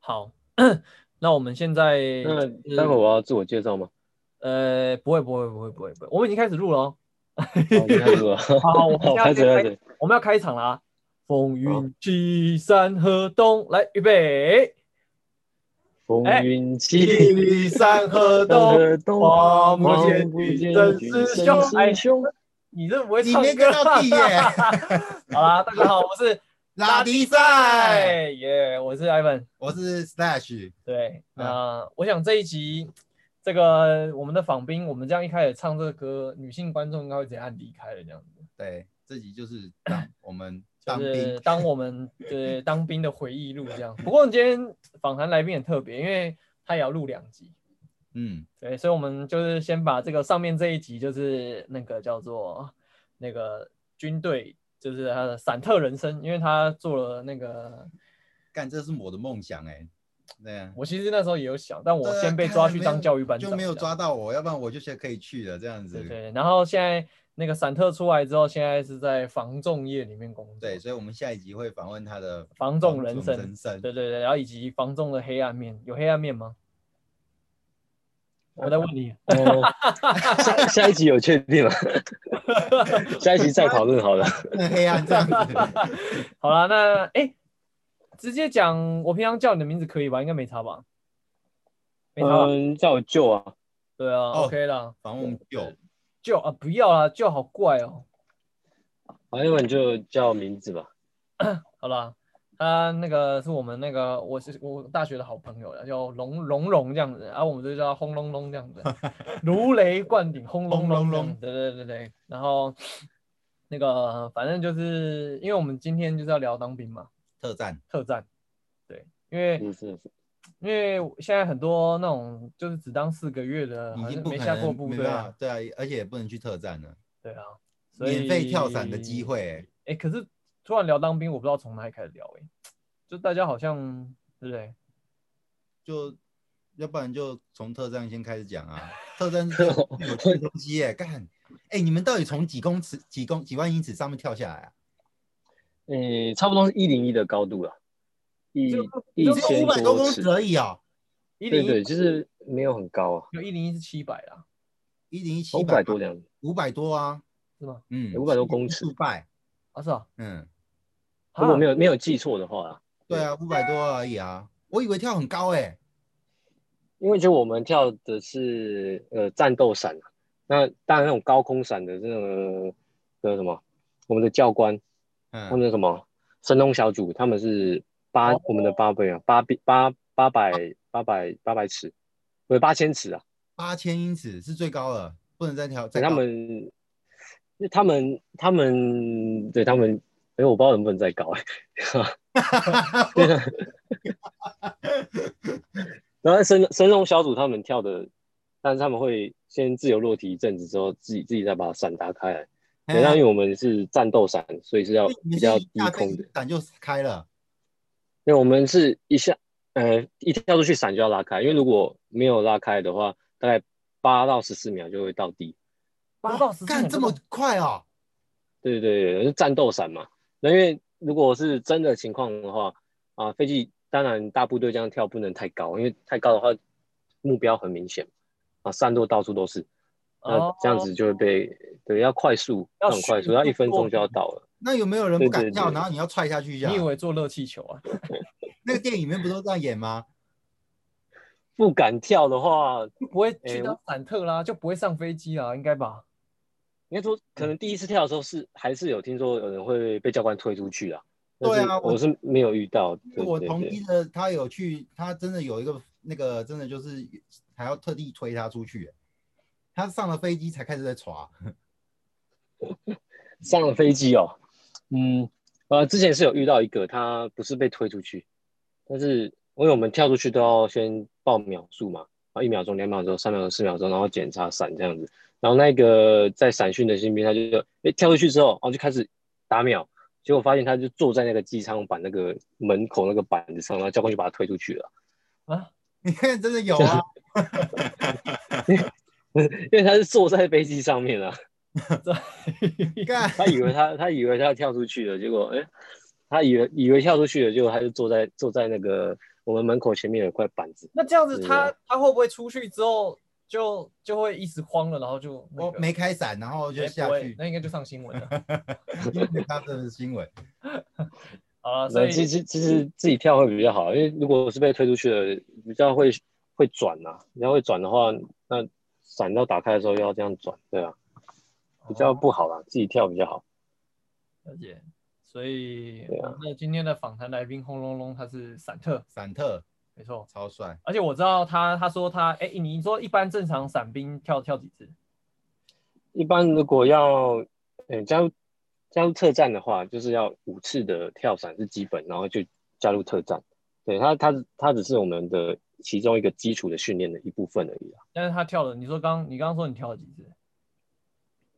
好， 那我们现在那就是待会我要自我介 绍吗？呃，不会不会不会不会不会，我们已经开始录了哦。好，你开始 吧。好，好我们好，现在开始要开开始。我们要开场啦！风好云起，山河东，来预备，风哎云起，起山 河山东。河东，王不王见不女见真女师真兄师哎兄你这不会你唱没歌跟到地耶 好啦，大家好，我是拉迪赛，哎耶，我是 Ivan。我是 Slash，对，嗯那我想这一集这个我们的访宾，我们这样一开始唱这个歌，女性观众应该会直接按离开了这样子。对，这集就是当我们当就兵是当我们呃当兵的回忆录这样。不过今天访谈来宾很特别，因为他也要录两集，嗯，对，所以我们就是先把这个上面这一集就是那个叫做那个军队，就是他的散特人生，因为他做了那个，干这是我的梦想哎，对啊，我其实那时候也有想，但我对啊先被看抓来去没当有教育班长，就没有抓。到我，要不然我就现在可以去了这样子对，对，然后现在那个散特出来之后，现在是在防重业里面工作，对，所以我们下一集会访问他的防重人生，人生，对对对，然后以及防重的黑暗面，有黑暗面吗？我在问你，哦，下 下一集有确定了， 下一集再讨论好了。更黑暗这 样子，好了，那哎、诶直接讲，我平常叫你的名字可以吧？应该没差吧？没差吧？嗯，叫我舅啊，对啊、哦 o k 啦，访问有就啊不要啦，就好怪哦、好，要不然就叫名字吧。好啦，他那个是我们那个我是我大学的好朋友了，叫龙龙龙这样子，啊，我们就叫他轰隆隆这样 子，如雷贯顶，轰隆隆轰隆隆隆，对对对对，然后那个反正就是因为我们今天就是要聊当兵嘛，特战，特战，对，因为。嗯，是是因为现在很多那种就是只当四个月的，已好经像不没可下过能部没队办啊法，，对啊，而且也不能去特战了，对啊，所以免费跳伞的机。会哎、可是突然聊当兵，我不知道从哪里开始聊、哎，就大家好像对不对？就。要不然就从特战先开始讲啊，特战 是最有趣的东西耶、干，哎、你们到底从几公尺、几公、几万英尺上面跳下来啊？诶，差不多是一零一的高度了，啊一就一就只有千五百多公尺尺，而已哦，一对零对，一就是没有很高啊，有一零一是七百啦，一零一七哦五百多，两，五百多啊，是吗？嗯， 500多公尺五百，啊是啊，嗯，如果没有有没有记错的话啊，对啊，五百多而已啊，我以为跳很高哎、因为就我们跳的是呃战斗伞啊，那当然那种高空伞的那种那个什么，我们的教官他们嗯，的什么神龙小组，他们是八、哦我们的八倍啊，八倍八八百八百八百尺，不是八千尺啊，八千英尺是最高了，不能再跳，再对高他们，因为他们他们对他们，哎、我不知道能不能再高哎、对 啊， 然后神神龙小组他们跳的，但是他们会先自由落体一阵子之后，自己自己再把伞打开来。嘿对那因为我们是战斗伞，所以是要哎比你们较是低一下飞空的机。伞就开了，因为我们是一下，呃，一跳出去伞就要拉开，因为如果没有拉开的话，大概八到十四秒就会到地。八哇到十干这么快哦，对对对，是战斗伞嘛。那因为如果是真的情况的话，啊，飞机当然大部队这样跳不能太高，因为太高的话目标很明显啊，散落到处都是，那哦呃这样子就会被、对，要快速，要很快迅速，要一速分落钟就要地到了。那有没有人不敢对对跳，对然后你要踹下去一下你以？为坐热气球啊？ 那个电影里面不都这样演吗？不敢跳的话，就不会去哎当散特啦，就不会上飞机啦，应该吧？应该说可能第一次跳的时候是还是有听说有人会被教官推出去啊。但对啊是我我是没有遇到。对我对同对一的，他有去，他真的有一个那个，真的就是还要特地推他出去欸，他上了飞机才开始在耍。上了飞机哦，嗯，呃，之前是有遇到一个，他不是被推出去，但是因为我们跳出去都要先报秒数嘛，然后一秒钟、两秒钟、三秒钟、四秒钟，然后检查伞这样子。然后那个在闪训的新兵，他就诶跳出去之后，然后就开始打秒，结果发现他就坐在那个机舱板那个门口那个板子上，然后教官就把他推出去了， 啊， 你看，真的 有啊，因为他是坐在飞机上面啊，干他以为他 他以为他要跳出去了，结果哎、诶他以为以为跳出去了，结果他就坐在坐在那个我们门口前面有一块板子，那这样子对啊他他会不会出去之后就就会一直慌了，然后就那我个没开伞，然后就哎下不会去，那应该就上新闻了 因为他的新闻。啊。所那以其实其实自己跳会比较好，因为如果是被推出去的，比较会会转呐、你要会转的话，那伞要打开的时候又要这样转，对啊，比较不好啦，自己跳比较好。哦了解。所以对啊我们的今天的访谈来宾轰隆隆，他是散特，闪特没错。超帅，而且我知道他，他说他，哎、你说一般正常伞兵跳跳几次？一般如果要嗯、加入加入特战的话，就是要五次的跳伞是基本，然后就加入特战。对它它它只是我们的其中一个基础的训练的一部分而已啊。但是他跳了，你说刚你刚刚说你跳了几次？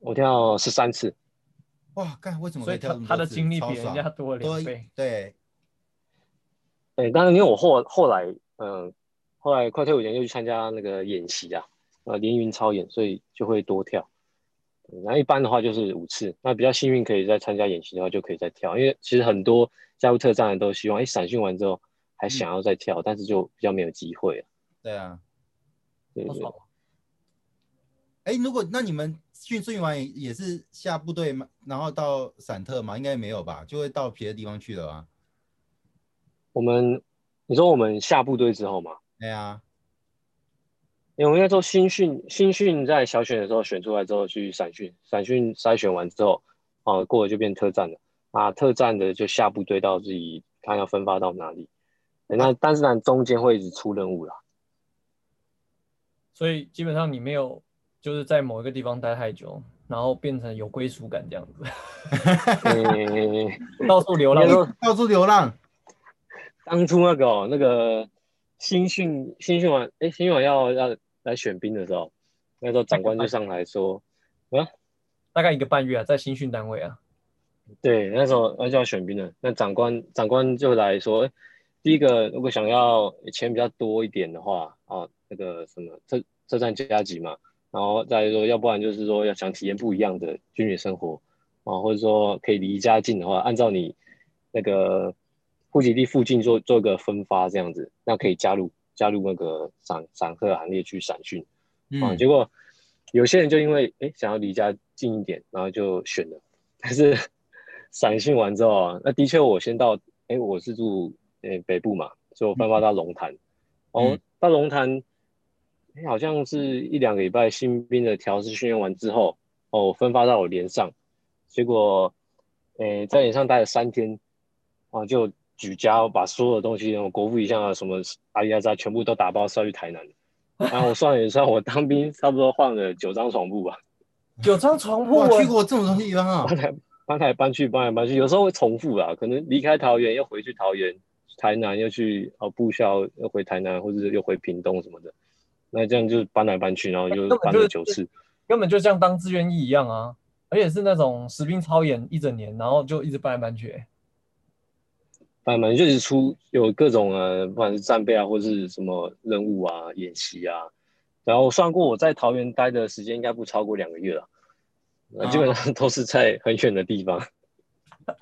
我跳十三次，哇，干为什么所可以跳他这么多次？他的经历超比人爽家多多两倍。对，哎、当然因为我后后来嗯、呃后来快退伍前又去参加那个演习啊，呃连云操演，所以就会多跳。嗯那一般的话就是五次，那比较幸运可以再参加演习的话就可以再跳，因为其实很多加入特战的都希望，哎、散训完之后还想要再跳，但是就比较没有机会啊。对啊。对好对爽，哎，如果那你们训训完也也是下部队吗？然后到闪特吗？应该没有吧，就会到别的地方去了啊。我们，你说我们下部队之后嘛，对啊，因为我们应该说新训，新训在小选的时候选出来之后去散训，散训筛选完之后，哦、过了就变特战了。啊，特战的就下部队到自己看要分发到哪里。欸那但是呢，中间会一直出任务啦。所以基本上你没有就是在某一个地方待太久，然后变成有归属感这样子，嗯，到处流浪应该。说到处流浪，当初那个、哦、那个新训新训完，哎、新训完要要来选兵的时候，那时候长官就上来说，大概一个半月啊，在新训单位啊，对，那时候那就要选兵了。那长官长官就来说，诶第一个如果想要钱比较多一点的话，啊，那个什么车车站加级嘛，然后再来说，要不然就是说要想体验不一样的军旅生活啊，或者说可以离家近的话，按照你那个户籍地附近做做一个分发这样子，那可以加入加入那个散散客行列去散训。哦啊，嗯，结果有些人就因为哎、诶想要离家近一点，然后就选了。但是散训完之后啊，那的确我先到哎、诶我是住哎、诶北部嘛，所以我分发到龙潭。哦嗯，到龙潭，诶好像是一两个礼拜新兵的调试训练完之后，哦，我分发到我连上，结果诶、在连上待了三天，啊就。举家把所有的东西，国父遗像啊，什么阿里阿扎，全部都打包塞去台南。 然啊后我算了一算，我当兵差不多换了九张床铺吧，九张床嗯铺哇，啊去，过这么多地方啊！搬来搬去，搬来搬去，有时候会重复啊，可能离开桃园又回去桃园，台南又去哦部校又回台南，或者是又回屏东什么的，那这样就搬来搬去，然后就根本搬就是了九次。根本就像当志愿役一样啊，而且是那种实兵操演一整年，然后就一直搬来搬去、欸搬来搬去就是出有各种呃，不管是战备啊，或是什么任务啊、演习啊，然后我算过我在桃园待的时间应该不超过两个月了，那基本上都是在很远的地方。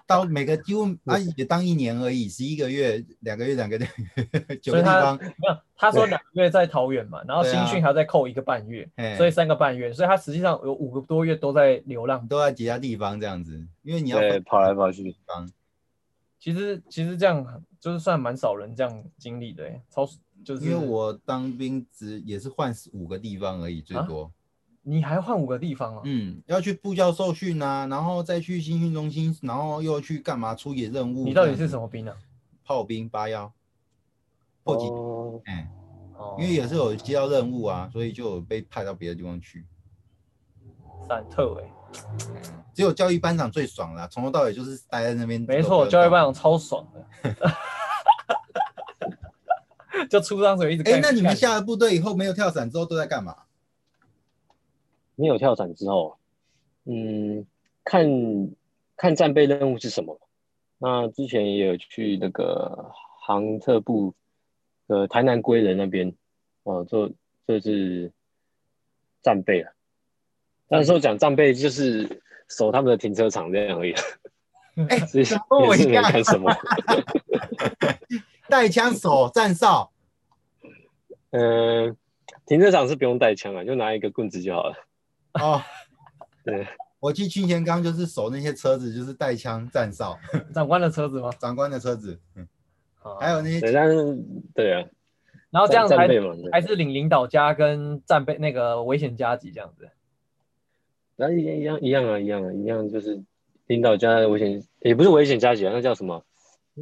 到每个几乎嗯啊也当一年而已，十一个月、两个月、两个月， 九所个以地他方，没有，他说两个月在桃园嘛，然后对新啊训还要再扣一个半月，嘿所以三个半月，所以他实际上有五个多月都在流浪。都在其他地方这样子，因为你要对，分跑来跑去。地嗯方，其实其实这样就是算蛮少人这样经历的、欸，超就是因为我当兵只也是换五个地方而已，最啊多。你还换五个地方啊，嗯，要去部校受训啊，然后再去新训中心，然后又去干嘛出野任务？你到底是什么哦兵啊？炮兵八幺？破级，哦，哎、哦，因为也是有接到任务啊，所以就有被派到别的地方去。散特哎、欸嗯只有教育班长最爽啦，从头到尾就是待在那边。没错，教育班。长超爽 的，就出张嘴一直哎、干。那你们干下了部队以后没有跳伞之后都在干嘛？没有跳伞之后，嗯，看看战备任务是什么。那之前也有去那个航特部，呃，台南归仁那边，哦，做这是战备了。那时候讲战备就是守他们的停车场这样而已， 哎、所以怎么跟我 也是一没样？干什么。带枪手站哨，嗯，停车场是不用带枪啊，就拿一个棍子就好了。哦，对，我去去年刚就是守那些车子，就是带枪站哨，长官的车子吗？长官的车子，嗯，啊还有那些对，但是对啊，然后哦这样战才战备嘛，对还是领领导家跟战备那个危险加级这样子。那一样一样一样啊，一样啊，一样就是领导家的危险，也不是危险加级啊，那叫什么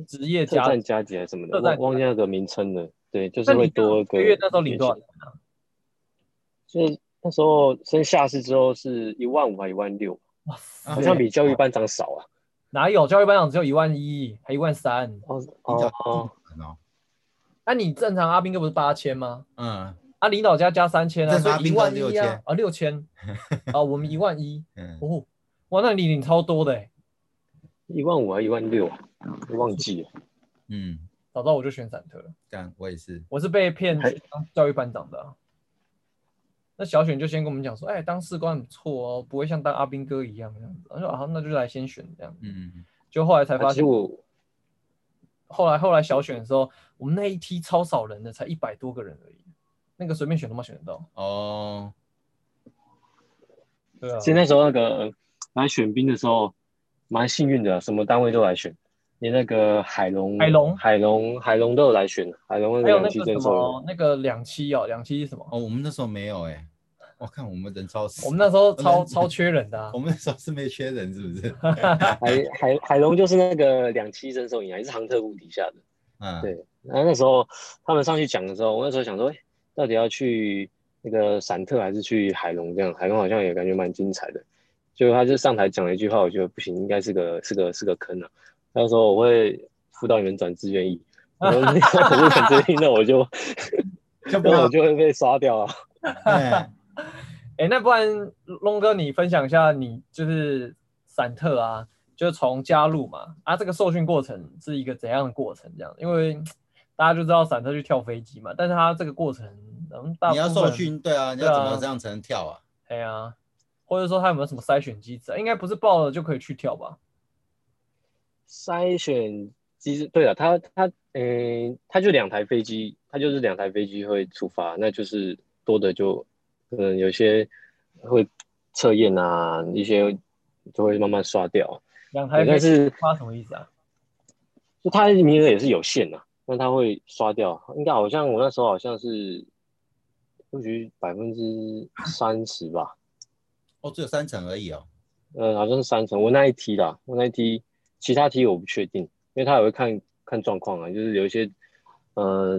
职业特加级战加级还是什么的，特战忘忘记那个名称了。对，就那是你会多这一个。个月那时候领多少？？就是那时候升下士之后是一万五还一万六，哇啊塞好，像比教育班长少啊。哪有教育班长只有一万一，还一万三？哦领导哦哦，哦，那你正常阿兵哥不是八千吗？嗯啊，领导家加三千啊，正所常阿以一兵哥万是一啊6000，啊六千啊，我们一万一嗯，哦，哇，那你领超多的欸一万五还一万六啊，忘记了。嗯，早知道我就选散特了，干我也是，我是被骗还去当教育班长的啊、那小选就先跟我们讲说，哎，当士官很不错哦，不会像当阿兵哥一样这样子。我说啊，那就来先选这样。嗯，就后来才啊发其现实，我后来后来小选的时候，我们那一梯超少人的，才一百多个人而已，那个随便选都没选得到。哦，对啊，其实那时候那个来选兵的时候，蛮幸运的啊，什么单位都来选，连那个海龙、海龙海龙、海龙都有来选，海龙还有那个那个两什征收么，那个两期哦，两期是什么？哦，我们那时候没有哎，我看我们人超死，我们那时候超人超缺人的、啊我，们那时候是没缺人是不是？ 海海海龙就是那个两栖征收营啊，也是航特部底下的。嗯，对然后那时候他们上去讲的时候，我那时候想说，哎、到底要去那个闪特还是去海龙？这样海龙好像也感觉蛮精彩的。结果他就上台讲了一句话，我觉得不行，应该是个是个是个坑啊。他就说我会辅导你们转志愿役，我说 我不转志愿役，那我就 就不那我好，就会被刷掉啊。哎哎、那不然龙哥你分享一下，你就是散特啊，就是从加入嘛，啊，这个受训过程是一个怎样的过程？这样，因为嗯大家就知道散特去跳飞机嘛，但是他这个过程，嗯，大你要部分受，训，对啊，你要怎么这样才能跳啊？哎呀、或者说他有没有什么筛选机制、啊？应该不是报了就可以去跳吧？筛选机制，对了，啊他他嗯、他就两台飞机，他就是两台飞机会出发，那就是多的就可能有些会测验啊，一些就会慢慢刷掉。两台对，飞但机是发什么意思啊？就他的名额也是有限的、那他会刷掉。应该好像我那时候好像是或许百分之三十吧，哦，只有三成而已哦。呃，好像是三成。我那一题啦，我那一题，其他题我不确定，因为他也会看看状况啊，就是有一些，呃，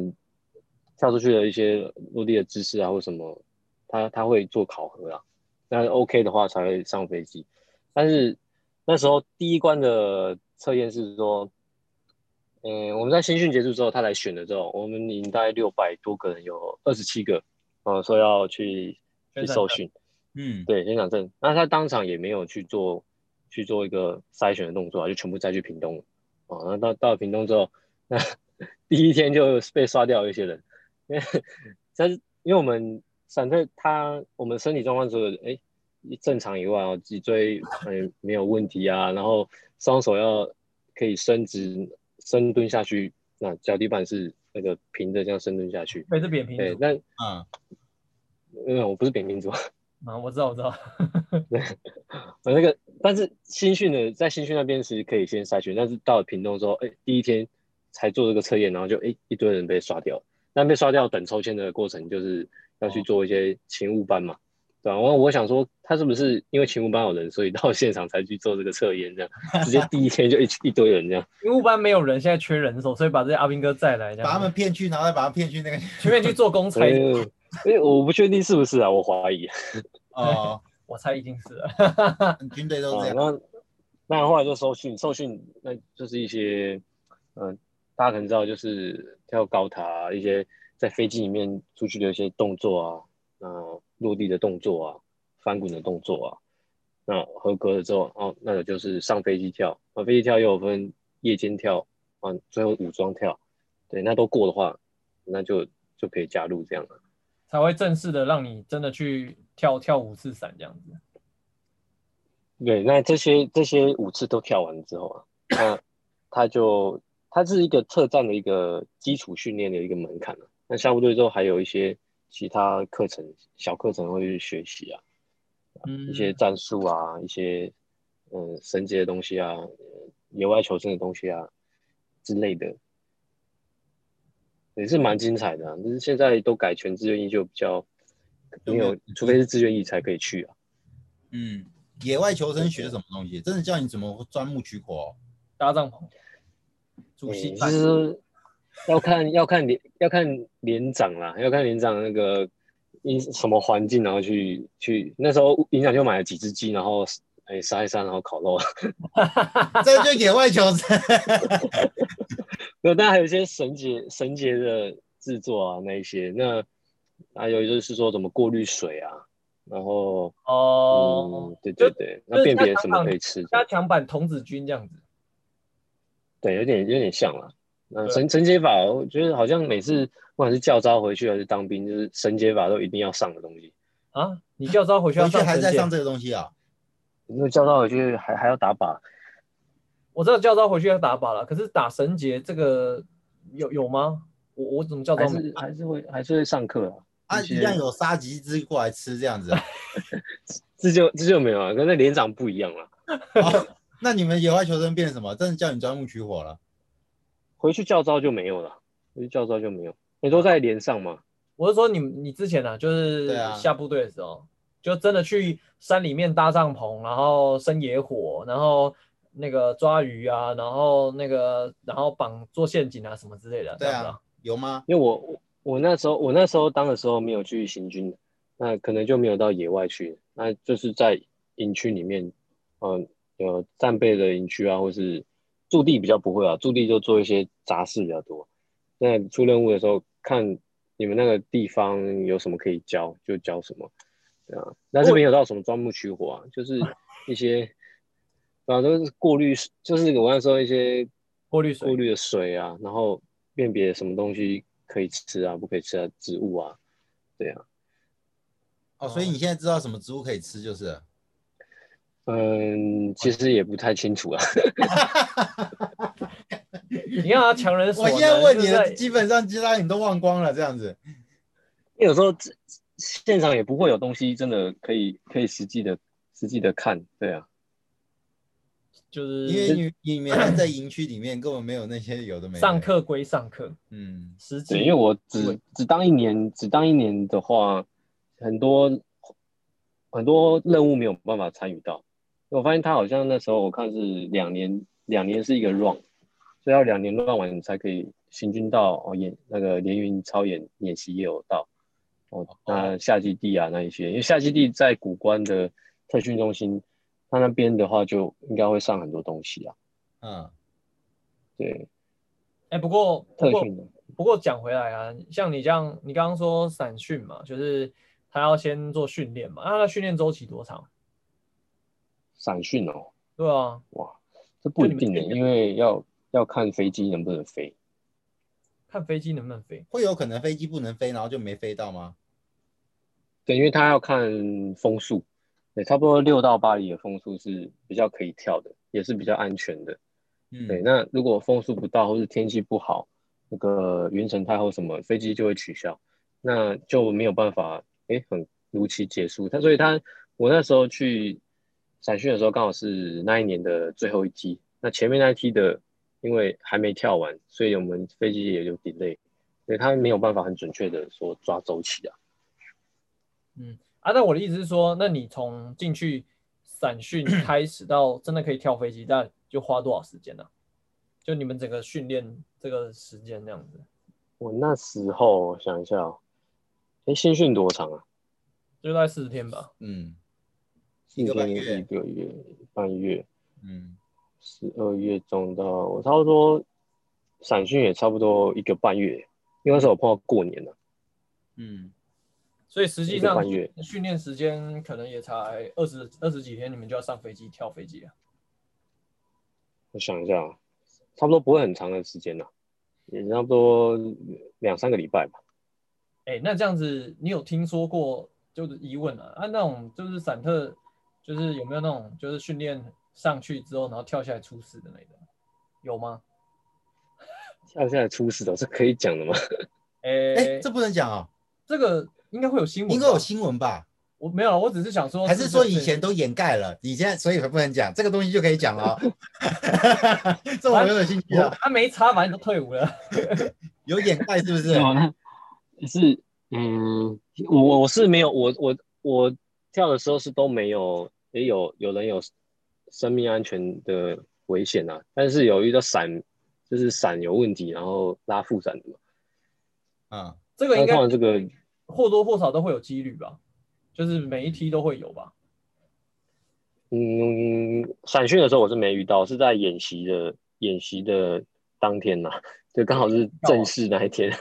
跳出去的一些落地的姿势啊，或什么，他他会做考核啊。那 OK 的话才会上飞机。但是那时候第一关的测验是说，嗯、我们在新训结束之后，他来选了之后，我们营大概六百多个人，有二十七个，呃，说要去宣传去受战训。嗯，对，先讲证。那他当场也没有去做去做一个筛选的动作啊，就全部再去屏东了。哦，那到到了屏东之后，那 第一天就被刷掉一些人，因为但是因为我们闪退他我们身体状况除了哎正常以外啊，脊椎嗯没有问题啊，然后双手要可以伸直深蹲下去，那脚底板是那个平着这样深蹲下去。被是扁平对，足那嗯，嗯我不是扁平足，啊，我知道，我知道，我那个，但是新训的在新训那边其实可以先筛选，但是到了屏东之后，哎、第一天才做这个测验，然后就哎、一堆人被刷掉。那被刷掉等抽签的过程，就是要去做一些勤务班嘛，对吧、然后我想说，他是不是因为勤务班有人，所以到现场才去做这个测验，这样直接第一天就一一堆人这样。因为一般没有人，现在缺人手，所以把这些阿兵哥再来，这把他样们骗去，然后再把他骗去那个全面去做公差所，以，因为我不确定是不是啊，我怀疑。 哦，我猜一定是了。嗯军队都啊这，样。那那后来就受训，受训那就是一些，嗯、大家可能知道，就是跳高塔、啊，一些在飞机里面出去的一些动作啊，呃，落地的动作啊，翻滚的动作啊。那合格了之后，哦，那个就是上飞机跳，啊，飞机跳也有分夜间跳，啊，最后武装跳，对，那都过的话，那就就可以加入这样了。才会正式的让你真的去跳跳五次伞这样子。 对，那这些这些五次都跳完之后啊，那他就它是一个特战的一个基础训练的一个门槛啊。那下部队之后还有一些其他课程、小课程会去学习啊，嗯一些战术啊，一些嗯绳结的东西啊，呃野外求生的东西啊之类的，也是蛮精彩的、啊。但是现在都改全志愿役，就比较就没没有有，除非是志愿役才可以去啊。嗯，野外求生学什么东西？真的叫你怎么钻木取火、哦搭帐篷，主席嗯就是说要看要看连要看连长啦，要看连长那个因什么环境，然后去去那时候连长就买了几只鸡，然后哎杀一杀，然后烤肉。 这就野外求生。 没有，但还有一些绳结绳结的制作啊那一些，那还有就是说怎么过滤水啊，然后哦，嗯，对就对对，就那是辨别在什场么可上以嗯吃，加强版童子军这样子。对，有点有点像啦。那对绳绳结法，我觉得好像每次不管是教招回去还是当兵，就是绳结法都一定要上的东西。啊，你教招回去要回去上还在绳结上这个东西啊？因为教招回去还还要打靶，我知道教招回去要打靶了，可是打绳结这个有有吗？我我怎么教招还没？是还是会还是会上课啊。啊，一些一样有杀几只过来吃这样 子啊？这就这就没有啊，跟那连长不一样啊了。哦那你们野外求生变成什么？真的叫你钻木取火了？回去教招就没有了，回去教招就没有。你都在连上嘛？我是说你你之前啊，就是对啊下部队的时候，就真的去山里面搭帐篷，然后生野火，然后那个抓鱼啊，然后那个然后绑做陷阱啊什么之类的。对这样子啊，有吗？因为我我我那时候我那时候当的时候没有去行军，那可能就没有到野外去，那就是在营区里面，嗯、有战备的营区啊，或是驻地比较不会啊，驻地就做一些杂事比较多。那出任务的时候看你们那个地方有什么可以教就教什么，对啊，但是没有到什么钻木取火啊，就是一些。啊，都是过滤，就是我那时候一些过滤过水，滤的水啊，然后辨别什么东西可以吃啊，不可以吃啊，植物啊，对啊，哦，所以你现在知道什么植物可以吃就是了。嗯，其实也不太清楚啊， 你看啊，强人所我难。现在问你就是在的，基本上知道你都忘光了这样子。因为有时候这现场也不会有东西真的可以可以实际的实际的看，对啊，嗯就是因为你你们还在营区里面，根本没有那些有的没的上。课归上课，嗯，实际对，因为我对只只当一年，只当一年的话，很多很多任务没有办法参与到。我发现他好像那时候我看是两年，两年是一个 run，所以要两年 run 完你才可以行军到哦演那个连云操演演习也有到哦，那夏季地啊那一些，因为夏季地在古关的特训中心，他那边的话就应该会上很多东西啊，嗯，对，哎、不过不特过训的不过讲回来啊，像你这样，你刚刚说散训嘛，就是他要先做训练嘛，那他的训练周期多长？散训哦，对啊，哇，这不一定就的，你们因为要要看飞机能不能飞。看飞机能不能飞。会有可能飞机不能飞，然后就没飞到吗？对，因为它要看风速，对，差不多六到八里的风速是比较可以跳的，也是比较安全的。嗯，对，那如果风速不到或是天气不好，那个云层太厚什么，飞机就会取消，那就没有办法，诶，很如期结束。他所以他我那时候去散训的时候，刚好是那一年的最后一梯，那前面那一梯的因为还没跳完，所以我们飞机也有 delay，所以他没有办法很准确的说抓周期啊。啊，但我的意思是说，那你从进去散 训开始到真的可以跳飞机，那就花多少时间呢、啊就你们整个训练这个时间这样子，我那时候我想一下、哦，诶，新训多长啊？就大概四十天吧。嗯四一个半天月一个月半月。嗯，十二月中到我差不多散训也差不多一个半月，因为那时候我碰到过年了，啊嗯，所以实际一个上半月训练时间可能也才二十二十几天，你们就要上飞机啊跳飞机了。我想一下啊，差不多不会很长的时间了，也差不多两三个礼拜吧。哎、那这样子，你有听说过就是疑问啊？啊，那种就是散特，就是有没有那种就是训练上去之后，然后跳下来出事的那种，有吗？跳下来出事了，这可以讲的吗？哎、哎、这不能讲哦，这个应该会有新闻吧，应该有新闻吧？我没有啊，我只是想说，还是说不以前都掩盖了，你现在所以不能讲这个东西就可以讲了哦？ 这我没有兴趣我了，他啊没差，反正就退伍了。有掩盖是不是对？啊，那是嗯，我我是没有，我我我跳的时候是都没有，也有有人有生命安全的危险啊，但是有遇到伞，就是伞有问题，然后拉副伞的嘛。啊，这个那应通该常这个或多或少都会有几率吧，就是每一梯都会有吧。嗯，散训的时候我是没遇到，是在演习的演习的当天呐、就刚好是正式那一天。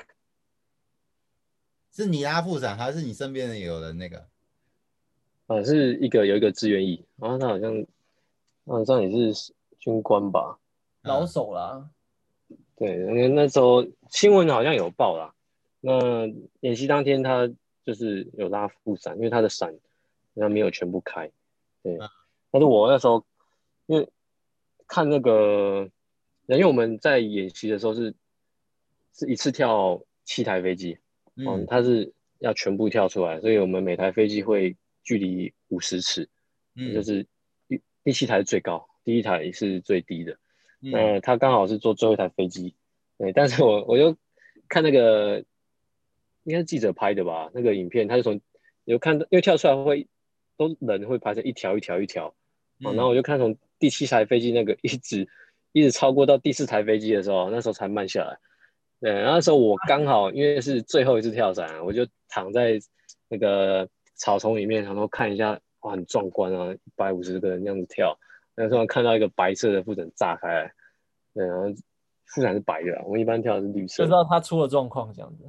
是你拉副伞，还是你身边的有人那个？啊，是一个有一个志愿役，然后他好像，啊好像也是军官吧？老手啦，对，那那时候新闻好像有报啦。那演习当天他就是有拉副伞，因为他的伞他没有全部开。对嗯，但是我那时候因为看那个，因为我们在演习的时候是是一次跳七台飞机，嗯，嗯，它是要全部跳出来，所以我们每台飞机会距离五十尺，就嗯是第第七台是最高，第一台是最低的。嗯呃那他刚好是坐最后一台飞机，对，但是我我 就看那个应该是记者拍的吧，那个影片，他就从有看到，因为跳出来会都人会排成一条一条一条，哦嗯然后我就看从第七台飞机那个 一直一直超过到第四台飞机的时候，那时候才慢下来。对，然后那时候我刚好因为是最后一次跳伞，啊我就躺在那个草丛里面，然后看一下，哇，很壮观啊，一百五十个人这样子跳。那突然看到一个白色的副伞炸开来，对，然后副伞是白的啊，我们一般跳的是绿就色知的。道他出了状况这样子。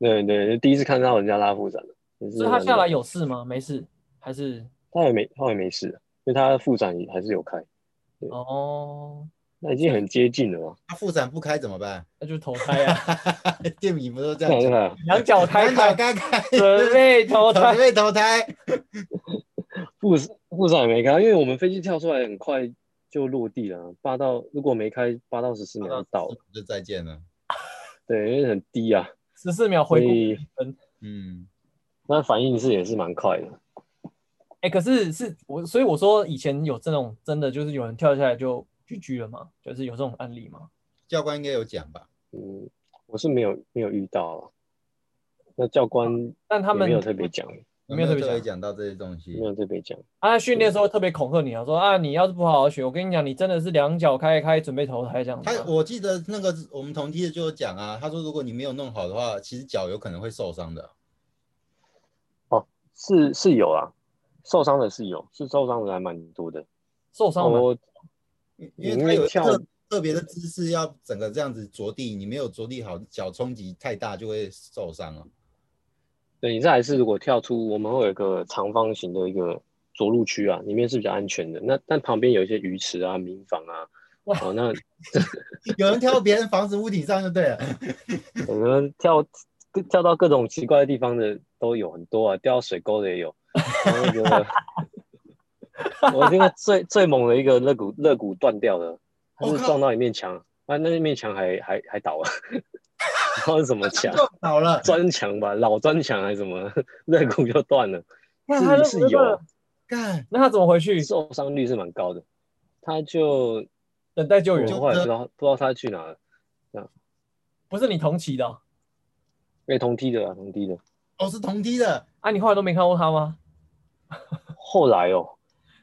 对对，就第一次看到人家拉副伞的，也是所以他蛮下来有事吗？没事，还是他也没他也没事，因为他副伞也还是有开，哦，那已经很接近了嘛。他啊副伞不开怎么办？ 那就投胎啊，店名不都这对啊样对讲？啊，两脚开难搞开，该开，准备投准胎。备投胎。 副副伞也没开，因为我们飞机跳出来很快就落地了，八到如果没开八到十四秒就到了，就再见了。对，因为很低啊，十四秒回顾所一以分。嗯，那反应是也是蛮快的。哎、可是是我，所以我说以前有这种真的就是有人跳下来就 GG 了嘛，就是有这种案例嘛。教官应该有讲吧？嗯，我是没有没有遇到啊，那教官但他也们没有特别讲，有没有有特特别别讲讲到这些东西没？有特别讲。啊他在训练的时候特别恐吓你啊，说啊你要是不好好学，我跟你讲，你真的是两脚开开准备投胎这样子他啊。我记得那个我们同梯的就有讲啊，他说如果你没有弄好的话，其实脚有可能会受伤的。是是有啊，受伤的是有，是受伤的还蛮多的。哦受伤了吗，我因你因为他有一个跳特特别的姿势，要整个这样子着地，你没有着地好，脚冲击太大就会受伤 啊了。对你再来是，如果跳出，我们会有一个长方形的一个着陆区啊，里面是比较安全的。那但旁边有一些鱼池啊、民房啊，哇哦，那有人跳到别人房子屋顶上就对了。 我们跳跳到各种奇怪的地方的都有很多啊，掉到水沟的也有。然后那个我那个最最猛的一个肋骨肋骨断掉了，它我是靠撞到一面墙，啊，那面墙还还还倒了，不知道是什么墙。好了，砖墙吧，老砖墙还是什么，肋骨就断了，那他就是是有啊干那他怎么回去？受伤率是蛮高的。他就等待救我援，就后来不知道不知道他去哪了，不是你同期的哦、因为同梯的啊，同梯的。哦，是同梯的，啊？你后来都没看过他吗？后来哦，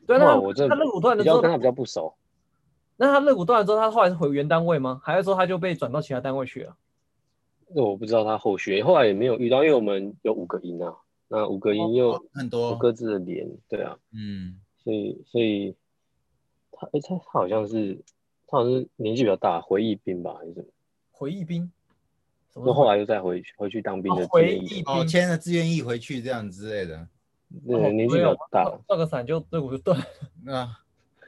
对，啊那后来他我真他的肋骨断了之比较后跟，他比较不熟，那他肋骨断了之后，他后来是回原单位吗？还是说他就被转到其他单位去了？那我不知道他后续，后来也没有遇到，因为我们有五个营啊，那五个营哦又哦很有多。各自的连，对啊，嗯，所以所以他哎、他他好像是他好像是年纪比较大，回忆兵吧还是什么，回忆兵？什么那是后来又再回去回去当兵的哦回志愿役忆哦，兵？签了志愿意回去这样之类的。对，年纪比较大，哦跳个伞就肋骨就断了。 那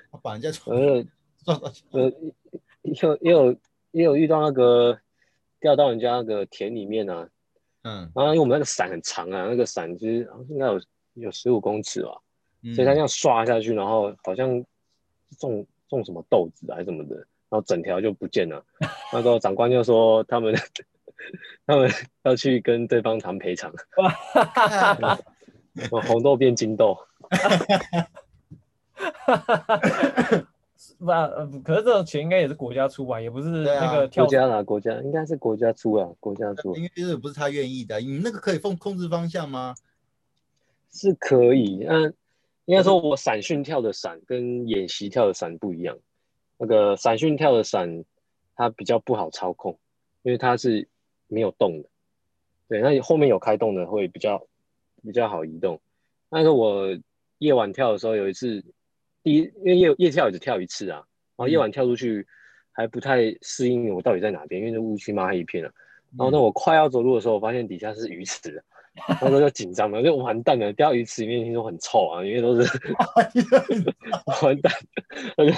我啊把人家撞呃 撞到去，呃，也有也有也有遇到那个掉到人家那个田里面啊，嗯，然后因为我们那个伞很长啊，那个伞其实应该有有十五公尺吧，嗯 所以他这样刷下去，然后好像中中什么豆子还是什么的，然后整条就不见了。那时候长官就说他们 他们要去跟对方谈赔偿，我红豆变金豆，那、呃可是这种钱应该也是国家出吧，也不是对啊那个跳国家啦，国家应该是国家出啊，国家出因为这个不是他愿意的，啊你那个可以控控制方向吗？是可以。嗯，应该说我散训跳的伞跟演习跳的伞不一样，那个散训跳的伞它比较不好操控，因为它是没有动的。对，那后面有开动的会比较比较好移动。但是我夜晚跳的时候，有一次第一，因为夜夜跳也只跳一次啊，然后夜晚跳出去还不太适应我到底在哪边，因为这乌漆嘛黑一片啊。然后呢当，我快要走路的时候，我发现底下是鱼池，啊那时候就紧张 了，就完蛋了，掉到鱼池里面听说很臭啊，因为都是哦 完蛋，那就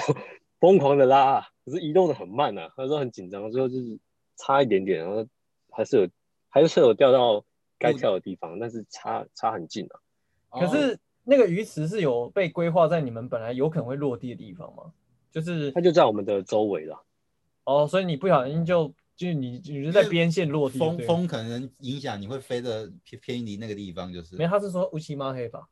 疯狂的拉啊，可是移动的很慢啊，那时候很紧张，最后就是差一点点，然后还是有还是有掉到该跳的地方，但是差差很近啊，可哦是那个鱼池是有被规划在你们本来有可能会落地的地方吗？就是它就在我们的周围了。哦，所以你不小心就就你你是在边线落地，哦风对风可能影响你会飞的偏偏离那个地方，就是没有他是说乌漆嘛黑吧，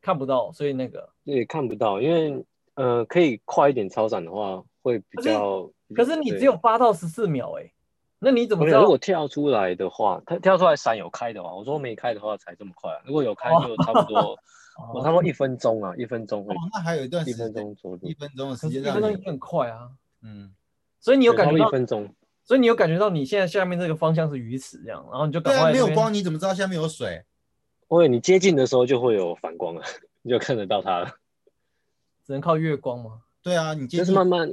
看不到，所以那个也看不到，因为呃，可以快一点超闪的话会比较。可是你对只有八到十四秒哎、那你怎么没知有，道如？果跳出来的话，它跳出来闪有开的话，我说没开的话才这么快啊、如果有开就差不多，我差哦不多一分钟啊，一分钟会哦，那还有一段一时分间，钟左右一，分钟的可时是一间分让钟你也很快啊，嗯，所以你有对感差不觉到多一，分钟，所以你有感觉到你现在下面这个方向是鱼池这样，然后你就赶对快啊，没有那边光你怎么知道下面有水？因为你接近的时候就会有反光了， 你就看得到它了。只能靠月光吗？对啊，你接就是近慢慢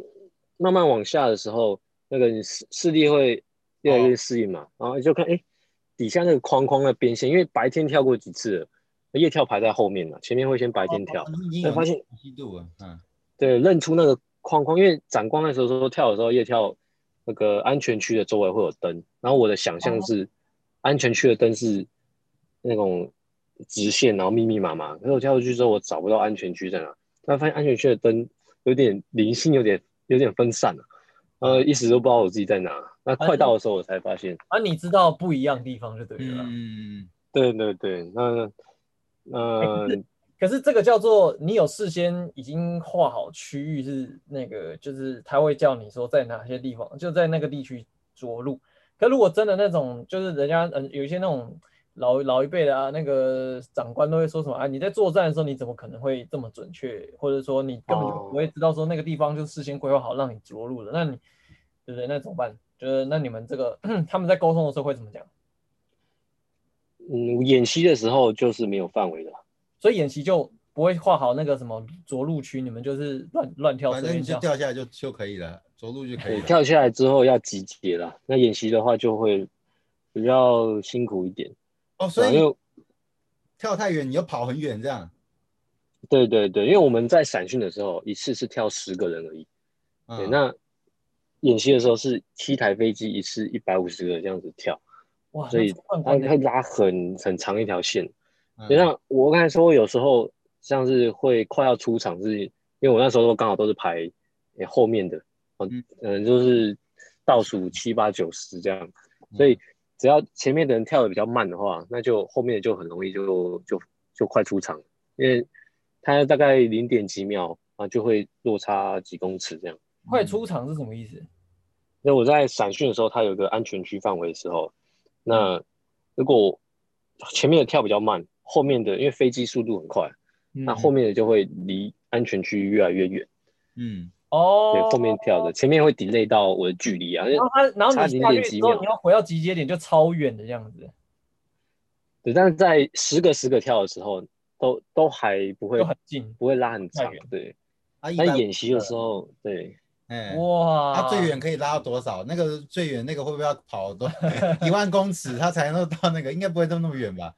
慢慢往下的时候，那个你视视力会越来哦越适应嘛，然后你就看哎、诶底下那个框框的边线，因为白天跳过几次了，夜跳排在后面了，前面会先白哦天跳，已经哎有发现熟悉度了，嗯，对，认出那个框框，因为展光那时候说跳的时候，夜跳那个安全区的周围会有灯，然后我的想象是、安全区的灯是那种直线，然后密密麻麻。可是我跳过去之后，我找不到安全区在哪，但发现安全区的灯有点零星，有点有点分散了、呃，一时都不知道我自己在哪。那快到的时候，我才发现，啊，你知道不一样的地方就对了啦。嗯， 对对对，那 呃，可是这个叫做你有事先已经划好区域是那个，就是他会叫你说在哪些地方，就在那个地区着陆。可如果真的那种，就是人家嗯、呃有一些那种老老一辈的啊，那个长官都会说什么啊，你在作战的时候你怎么可能会这么准确，或者说你根本就哦不会知道说那个地方就是事先规划好让你着陆的，那你对不对？那怎么办？就是那你们这个 他们在沟通的时候会怎么讲？嗯，演习的时候就是没有范围的。所以演习就不会画好那个什么着陆区，你们就是乱乱跳，反随正便你就跳掉下来就就可以了，着陆就可以对，了。跳下来之后要集结啦。那演习的话就会比较辛苦一点，哦，所然后因以为跳太远你要跑很远这样，对对对，因为我们在散训的时候一次是跳十个人而已。对，嗯，那演习的时候是七台飞机一次一百五十个这样子跳，啊哇，所以那它这它个拉很很长一条线。对，嗯那我刚才说有时候像是会快要出场是，因为我那时候刚好都是排、诶后面的，哦嗯嗯、就是倒数七八九十这样，所以只要前面的人跳的比较慢的话，那就后面就很容易就就就快出场，因为他大概零点几秒啊就会落差几公尺这样。快出场是什么意思？那我在闪训的时候，它有一个安全区范围的时候，那如果前面的跳比较慢，后面的因为飞机速度很快，嗯那后面的就会离安全区越来越远，嗯，哦哦对，，后面跳的，前面会 delay 到我的距离啊，因为然后他然后差你零下去点之几后，秒你要回到集结点就超远的样子，对，但是在十个十个跳的时候，都都还不会就很近。不会拉很太长远，对。啊，一那般演习的时候，对，哎，哇，它最远可以拉到多少？那个最远那个会不会要跑多一万公尺，它才能够到那个？应该不会到那么远吧？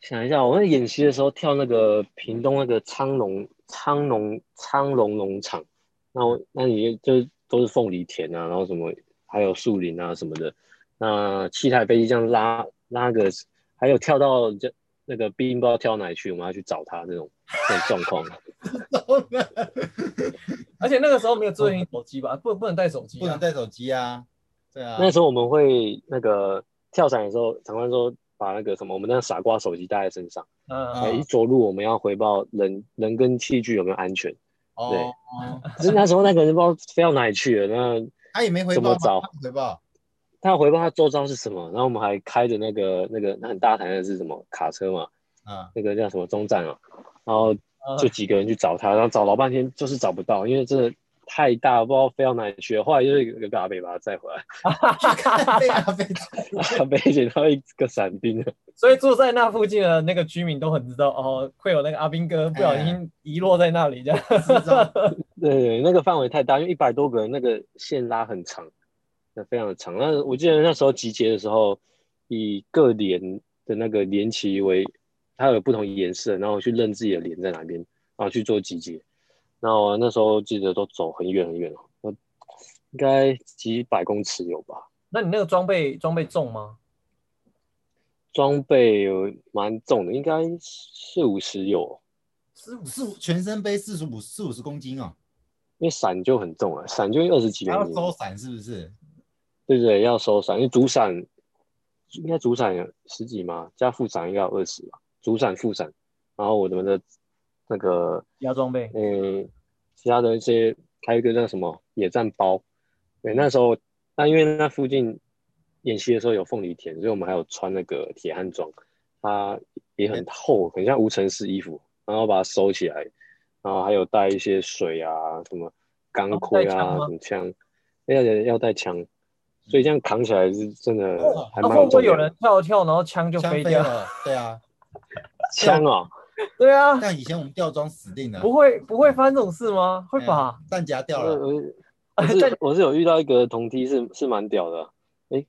想一下，我那演习的时候跳那个屏东那个昌隆昌隆昌隆农场，那我那你就都是凤梨田啊，然后什么还有树林啊什么的，那七台飞机这样拉拉个，还有跳到这那个冰不知道跳到哪里去，我们要去找他这种这种状况。而且那个时候没有智慧型手机吧，不不能带手机、啊，不能带手机啊，对啊，那时候我们会那个跳伞的时候，长官说把那个什么，我们那傻瓜手机带在身上，哎嗯，啊每一着陆我们要回报人人跟器具有没有安全。对哦，可是那时候那个人不知道飞到哪里去了，那他也没回怎报么吗，找他没回报？他回报他周遭是什么，然后我们还开着那个那个很大台的是什么卡车嘛，啊，那个叫什么中站啊，然后嗯就几个人去找他，然后找老半天就是找不到，因为真的太大，不知道飞到哪里去了。后来就是有个阿北把他载回来，被阿飞阿北捡到一个伞兵了，所以住在那附近的那个居民都很知道哦，会有那个阿兵哥不小心遗落在那里这样。 知道，对，那个范围太大，因为一百多个人，那个线拉很长，那非常的长。那我记得那时候集结的时候，以各连的那个连旗为，它有不同颜色，然后去认自己的连在哪边，然后去做集结。然后那时候记得都走很远很远哦，我应该几百公尺有吧。那你那个装备装备重吗？装备有蛮重的，应该四五十有，哦四五四五全身背四十五四五十公斤哦，因为伞就很重了，啊伞就二十几还公要斤，收伞是不是？对对，要收伞，因为主伞应该主伞有十几嘛，加副伞应该有二十吧，主伞副伞，然后我们的那个其他装备，嗯，其他的一些还有一个叫什么野战包，对，那时候那因为那附近演习的时候有凤梨田，所以我们还有穿那个铁汉装，它也很厚，很像无尘室衣服，然后把它收起来，然后还有带一些水啊，什么钢盔带枪啊，吗什么枪，要要带枪，所以这样扛起来是真的哦还那蛮会不重会有量的人跳一跳，然后枪就枪飞飞掉？了，对啊，枪啊， 对啊，但以前我们吊装死定了，不会不会发生这种事吗？会吧？弹夹掉我了，我我是我是有遇到一个同梯是是蛮屌的，啊诶，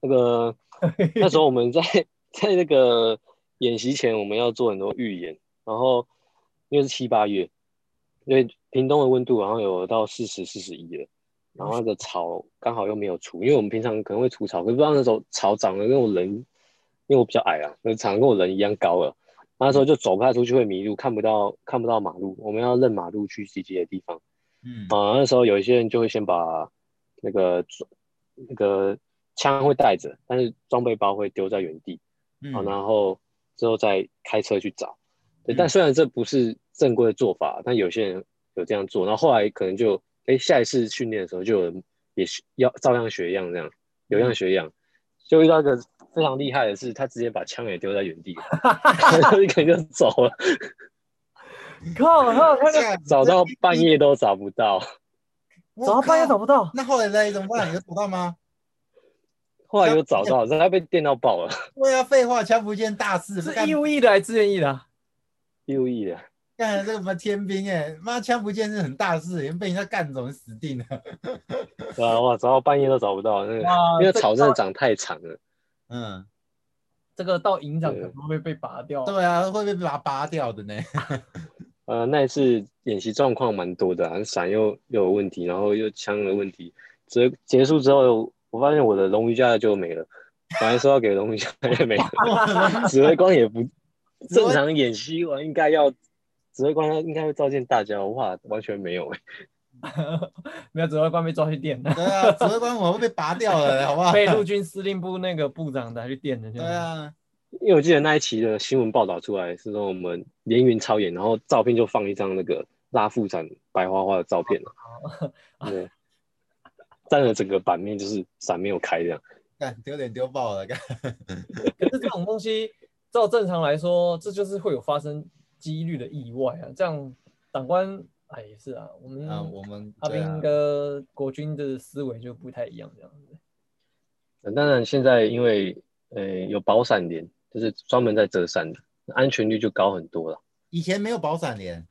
那个啊那时候我们在 在那个演习前，我们要做很多预演，然后因为是七八月，因为屏东的温度好像有到四十四十一了，然后那个草刚好又没有除，因为我们平常可能会除草，可是不知道那时候草长得跟我人，因为我比较矮啊，那长得跟我人一样高了。那时候就走不太出去，会迷路，看不到看不到马路，我们要认马路去集结的地方。嗯，啊，那时候有一些人就会先把那个装那个枪会带着，但是装备包会丢在原地，嗯啊，然后之后再开车去找。对，嗯但虽然这不是正规的做法，但有些人有这样做，然后后来可能就哎下一次训练的时候，就有人也是要照样学样这样，有嗯样学样，就遇到一个非常厉害的是，他直接把枪也丢在原地， 一个 人就走了， 靠，他他就找到半夜都找不到。我找到半夜靠找不到，那后来嘞怎么办？有找到吗？后来有找到，但他被电到爆了，对啊，废话，枪不见大事，是干义务役的还是自愿役的啊？六亿啊的。干这个什么天兵哎，妈枪不见是很大事，被人家干走死定了。对啊，哇，找到半夜都找不到，那个哇因为草真的这长太长了， 嗯，这个到营长可对能会被拔掉。对啊，会被把它拔掉的呢。 呃，那一次演习状况蛮多的、啊，伞又又有问题，然后又枪的问题，结结束之后，我发现我的龙鱼架就没了，本来说要给龙鱼架也没了， 指挥官也不指挥正常演习完应该要，指挥官应该会召见大家，哇，完全没有、欸，没有指挥官被抓去电 的，对啊，指挥官我会被拔掉了，好不好？ 被陆军司令部那个部长拿去电的。对，啊，因为我记得那一期的新闻报道出来是说我们连云操演，然后照片就放一张那个拉副展白花花的照片啊，对，占了整个版面，就是伞没有开这样。干丢脸丢爆了，干可是这种东西，照正常来说，这就是会有发生几率的意外啊。这样长官，哎，也是啊，我们啊，我们阿对啊兵哥国军的思维就不太一样，这样子。当然现在因为呃有保伞帘，就是专门在折伞的，安全率就高很多了。以前没有保伞帘，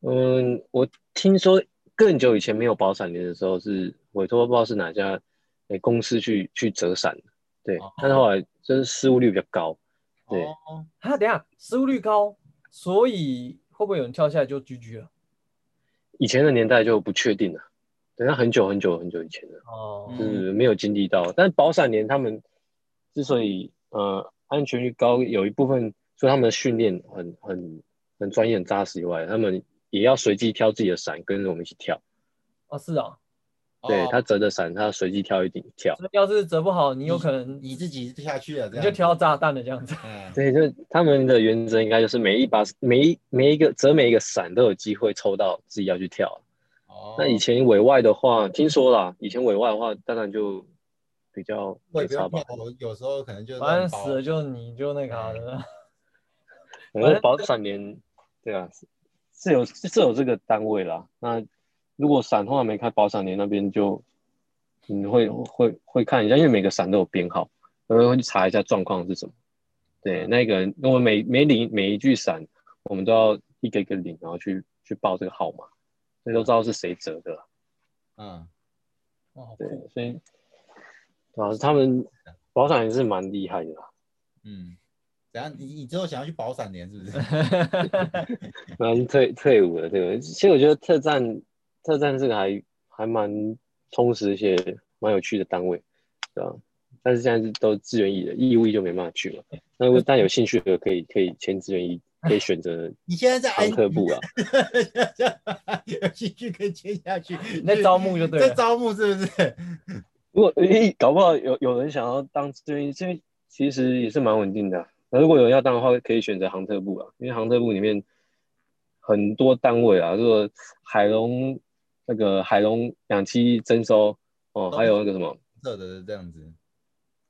嗯，我听说更久以前没有保伞帘的时候，是委托不知道是哪家诶公司去去折伞的，对哦，但是后来就是失误率比较高，对。哦，啊，等一下失误率高，所以会不会有人跳下来就 GG 了？以前的年代就不确定了，对，那很久很久很久以前了，哦，就嗯是没有经历到。但保闪联他们之所以呃安全率高，有一部分除了他们的训练很很很专业、很扎实以外，他们也要随机挑自己的伞跟着我们一起跳。哦，是啊，对哦他折的伞，他随机挑一顶跳。所以要是折不好，你有可能你自己下去了，你这样就挑炸弹的这样子。嗯，对，就是他们的原则应该就是每一把每一每一个折每一个伞都有机会抽到自己要去跳。哦，那以前委外的话，听说啦，以前委外的话，当然就比较我没也不要差吧跳，。我有时候可能就反正乱包死了就你就那个啊的，然后保伞连，对啊，是是有是有这个单位啦。那如果伞的话没开，保伞连那边就你会会会看一下，因为每个伞都有编号，我们会去查一下状况是什么。对，那个我们每每领每一具伞，我们都要一个一个领，然后去去报这个号码，所以都知道是谁折的啦。嗯，哇，好对酷！，所以啊，他们保伞也是蛮厉害的啦。嗯，怎样？你你之后想要去保伞连是不是？ 那已经退退伍了，对吧？其实我觉得特战特战这个还还蛮充实且蛮有趣的单位，对吧？但是现在是都自愿役的，义务役就没办法去嘛。那如果但有兴趣的可以可以签自愿役，可以选择你现在在常安科部啊。 有兴趣可以接下去。你在招募就对在了。招募是不是？如果诶、搞不好有有人想要当志愿役，这边其实也是蛮稳定的啊。那如果有人要当的话，可以选择航特部啊，因为航特部里面很多单位啊，这个海龙那个海龙氧气征收哦，还有那个什么，色的这样子，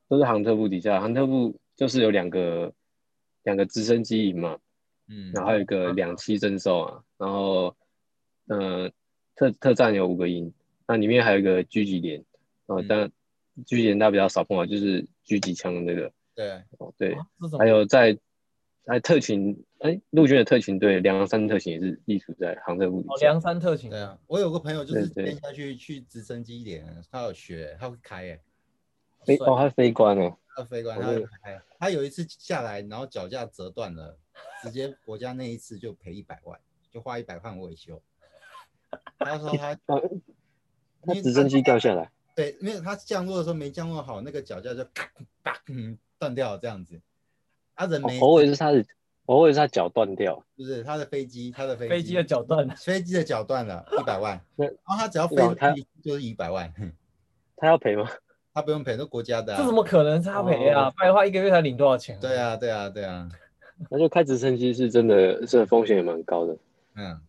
都是航特部底下。航特部就是有两个两个直升机营嘛，嗯，然后还有一个两栖征收啊，然后呃特特战有五个营，那里面还有一个狙击连，啊、嗯但狙击连大家比较少碰到，就是狙击枪的那个对，哦，对，啊这种还有在在特勤，哎，陆军的特勤队两三特勤也是隶属在航特部底哦下，梁山特勤对，啊，我有个朋友就是对对接下去去直升机连，他有学，他会开诶，飞帅哦，他飞官哦，他飞官我他会会开，他有一次下来，然后脚架折断了，直接国家那一次就赔一百万，就花一百万维修。他说 他啊，因他为直升机掉下来，对，没有，它降落的时候没降落好，那个脚架就咔吧嗯断掉了这样子。啊，人哦没，我以为是他的，我以为是他脚断掉，就是他的飞机，他的飞飞机的脚断了，飞机的脚断了，一百万。那然后他只要 飞对啊他出去就是一百万， 哼他要赔吗？ 他不用赔，都国家的、这啊。怎么可能差赔啊？哦不然的话一个月才领多少钱？对，啊，对啊，对啊，那就开直升机是真的，这风险也蛮高的。嗯，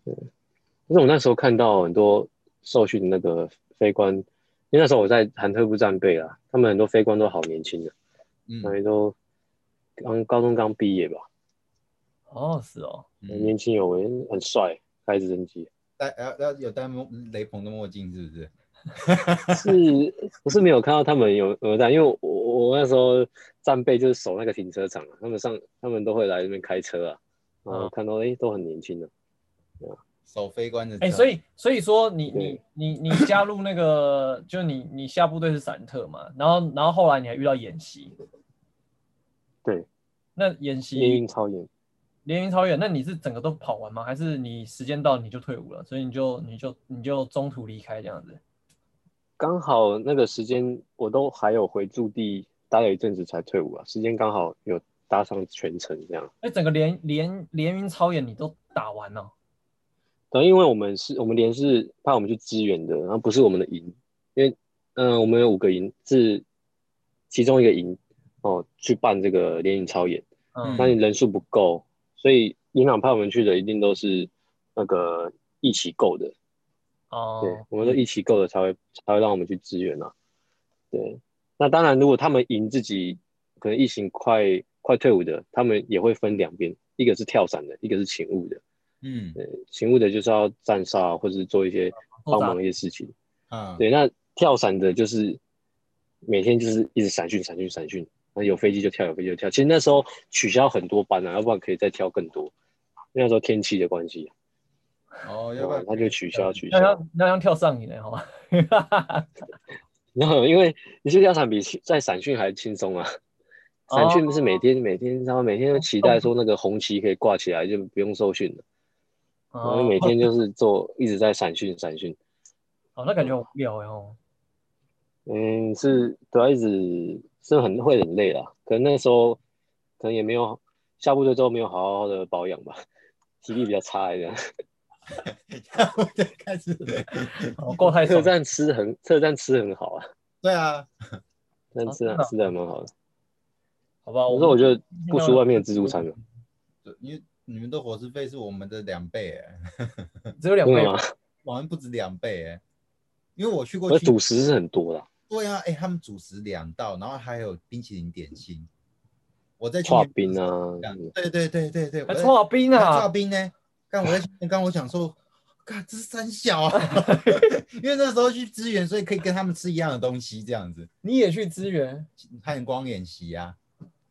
但是我那时候看到很多受训的那个飞官，因为那时候我在韩特部战备啊，他们很多飞官都好年轻的，感嗯觉都刚高中刚毕业吧，哦，是哦，嗯，年轻有为，很帅，开直升机。戴要要有戴墨雷朋的墨镜是不是？是，我是没有看到他们有鹅蛋，因为我我我那时候战备就是守那个停车场啊，他们上他们都会来这边开车啊，然哦后看到哎、诶都很年轻的、手飞官的。哎、所以所以说你你对你你加入那个，就你你下部队是散特嘛，然后然后后来你还遇到演习，对，那演命习运超演。连云超越，那你是整个都跑完吗？还是你时间到你就退伍了，所以你就你就你就中途离开这样子？刚好那个时间我都还有回驻地待了一阵子才退伍啊，时间刚好有搭上全程这样。哎，整个连连连云超演你都打完了、然后因为我们是我们连是派我们去支援的，然后不是我们的营，因为嗯、呃我们有五个营是其中一个营哦去办这个联营操演，嗯，那你人数不够，所以营长派我们去的一定都是那个一起够的，哦，对，我们都一起够了才会才会让我们去支援啊。对，那当然，如果他们赢自己，可能一行快快退伍的，他们也会分两边，一个是跳伞的，一个是勤务的。嗯对，勤务的就是要站哨啊或者是做一些哦帮忙一些事情。啊，对，那跳伞的就是每天就是一直闪训、闪训、闪训，那有飞机就跳，有飞机就跳。其实那时候取消很多班啊，要不然可以再跳更多。因为那时候天气的关系，啊哦，要不哦然他就取消取那消。像那像跳上瘾了好吗？ 然后因为你去跳伞比在散训还轻松啊，哦散训是每天、每天，然后每天都期待说那个红旗可以挂起来，就不用受训了。然哦后每天就是做一直在散训散训，哦，那感觉很无聊哎哦。嗯，是对啊，一直是很会很累啦。可能那时候可能也没有下部队之后没有好好的保养吧，体力比较差一点。 然后就开始，我哦过 太特爽。战吃很特战吃很好啊，对啊，特战吃哦真的的哦吃的还蛮好的。好吧，可是我觉觉得不输外面的自助餐啊了，对因为你们的伙食费是我们的两倍、欸，得只有两真倍的吗？ 我们不止两倍、欸，因为我去过那去，主食是很多的，对啊，哎、他们主食两道，然后还有冰淇淋点心。我在去刨年冰啊，这样，对对对对对，我还在搓冰大啊，兵呢？刚我在刚刚我想说， 看这是三小啊， 因为那时候去支援，所以可以跟他们吃一样的东西，这样子你也去支援汉光演习啊，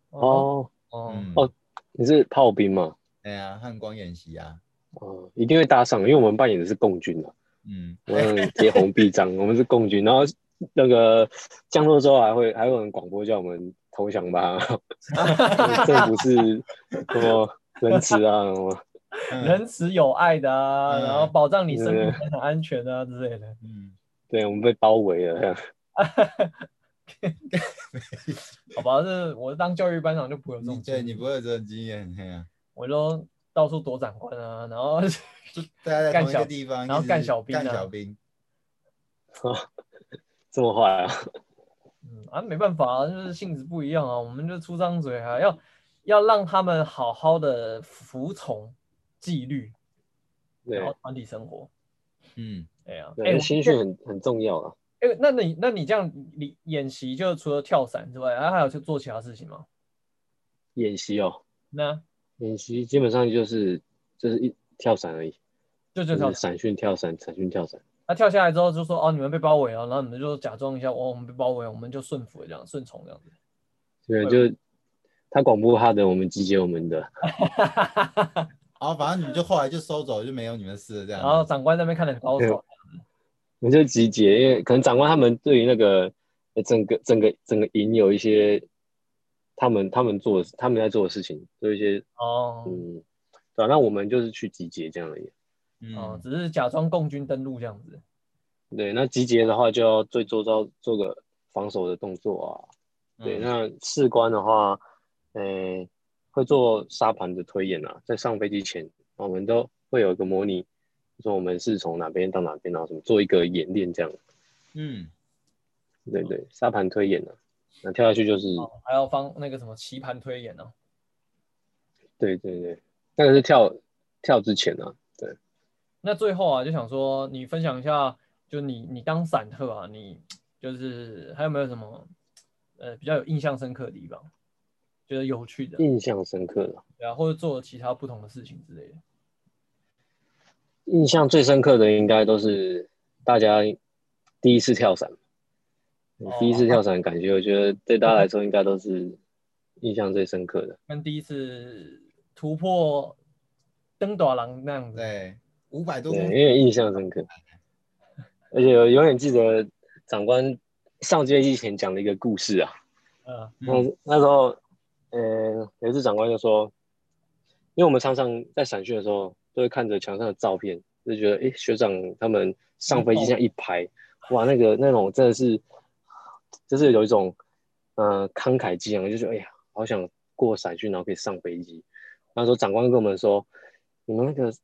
哦哦，哦，嗯，哦你是炮兵嘛？哎呀，汉光演习啊，哦，一定会搭上，因为我们扮演的是共军啊，嗯，我们揭红臂 章，我们是共军，然后那个降落之后还会还有人广播叫我们投 降吧，政府是什么仁慈啊，什么嗯仁慈友爱的啊，嗯然后保障你生命很安全啊之类的。嗯，对我们被包围了，这样好吧，这我当教育班长就不会有这你种对经你验，不会有这种经验，哎呀，我都到处躲长官啊，然后 大家在干同一个小地方，然后一直干小兵啊干小兵，这么坏啊？嗯啊没办法啊，就是性质不一样啊，我们就出张嘴啊，要要让他们好好的服从纪律，对然，后团体生活。嗯，对啊，哎、对，心绪很很重要啊。哎、那你那你这样你演习就除了跳伞之外，然、后还有去做其他事情吗？演习哦，那演习基本上就是就是一跳伞而已，就就就跳是伞，闪训跳伞，闪训跳伞。那、跳下来之后就说哦你们被包围了，然后你们就假装一下哦我们被包围了，我们就顺服了这样顺从这 样子。对，就他广播他的，我们集结我们的。然后反正你们就后来就收走，就没有你们的事了，这样然子，后长官在那边看得很高手，我就集结，因为可能长官他们对于那个呃整个整个整个营有一些他们他们做他们在做的事情，做一些哦、嗯，对啊，那我们就是去集结这样而已。哦，嗯，只是假装共军登陆这样子。对，那集结的话就要最周遭做个防守的动作啊。对，嗯那士官的话，呃，会做沙盘的推演啊，在上飞机前，我们都会有一个模拟，说我们是从哪边到哪边，然后什么做一个演练这样。嗯，对对，沙盘推演啊，那跳下去就是，哦，还要放那个什么棋盘推演哦。对对对，那个是跳跳之前啊，那最后啊，就想说你分享一下，就你你当散特啊，你就是还有没有什么呃比较有印象深刻的地方，觉得有趣的，印象深刻的，对啊，或者做其他不同的事情之类的。印象最深刻的应该都是大家第一次跳伞，第一次跳伞感觉，我觉得对大家来说应该都是印象最深刻的。跟第一次突破登短廊那样子，对，五百多对，公因里，为印象深刻，而且我永远记得长官上阶以前讲的一个故事啊。嗯，那那时候，呃，有一次长官就说，因为我们常常在散训的时候，都会看着墙上的照片，就觉得，诶，学长他们上飞机这样一排，哇，那个那种真的是，就是有一种，呃，慷慨激昂，就觉得，哎呀，好想过散训，然后可以上飞机。那时候长官跟我们说，你们那个，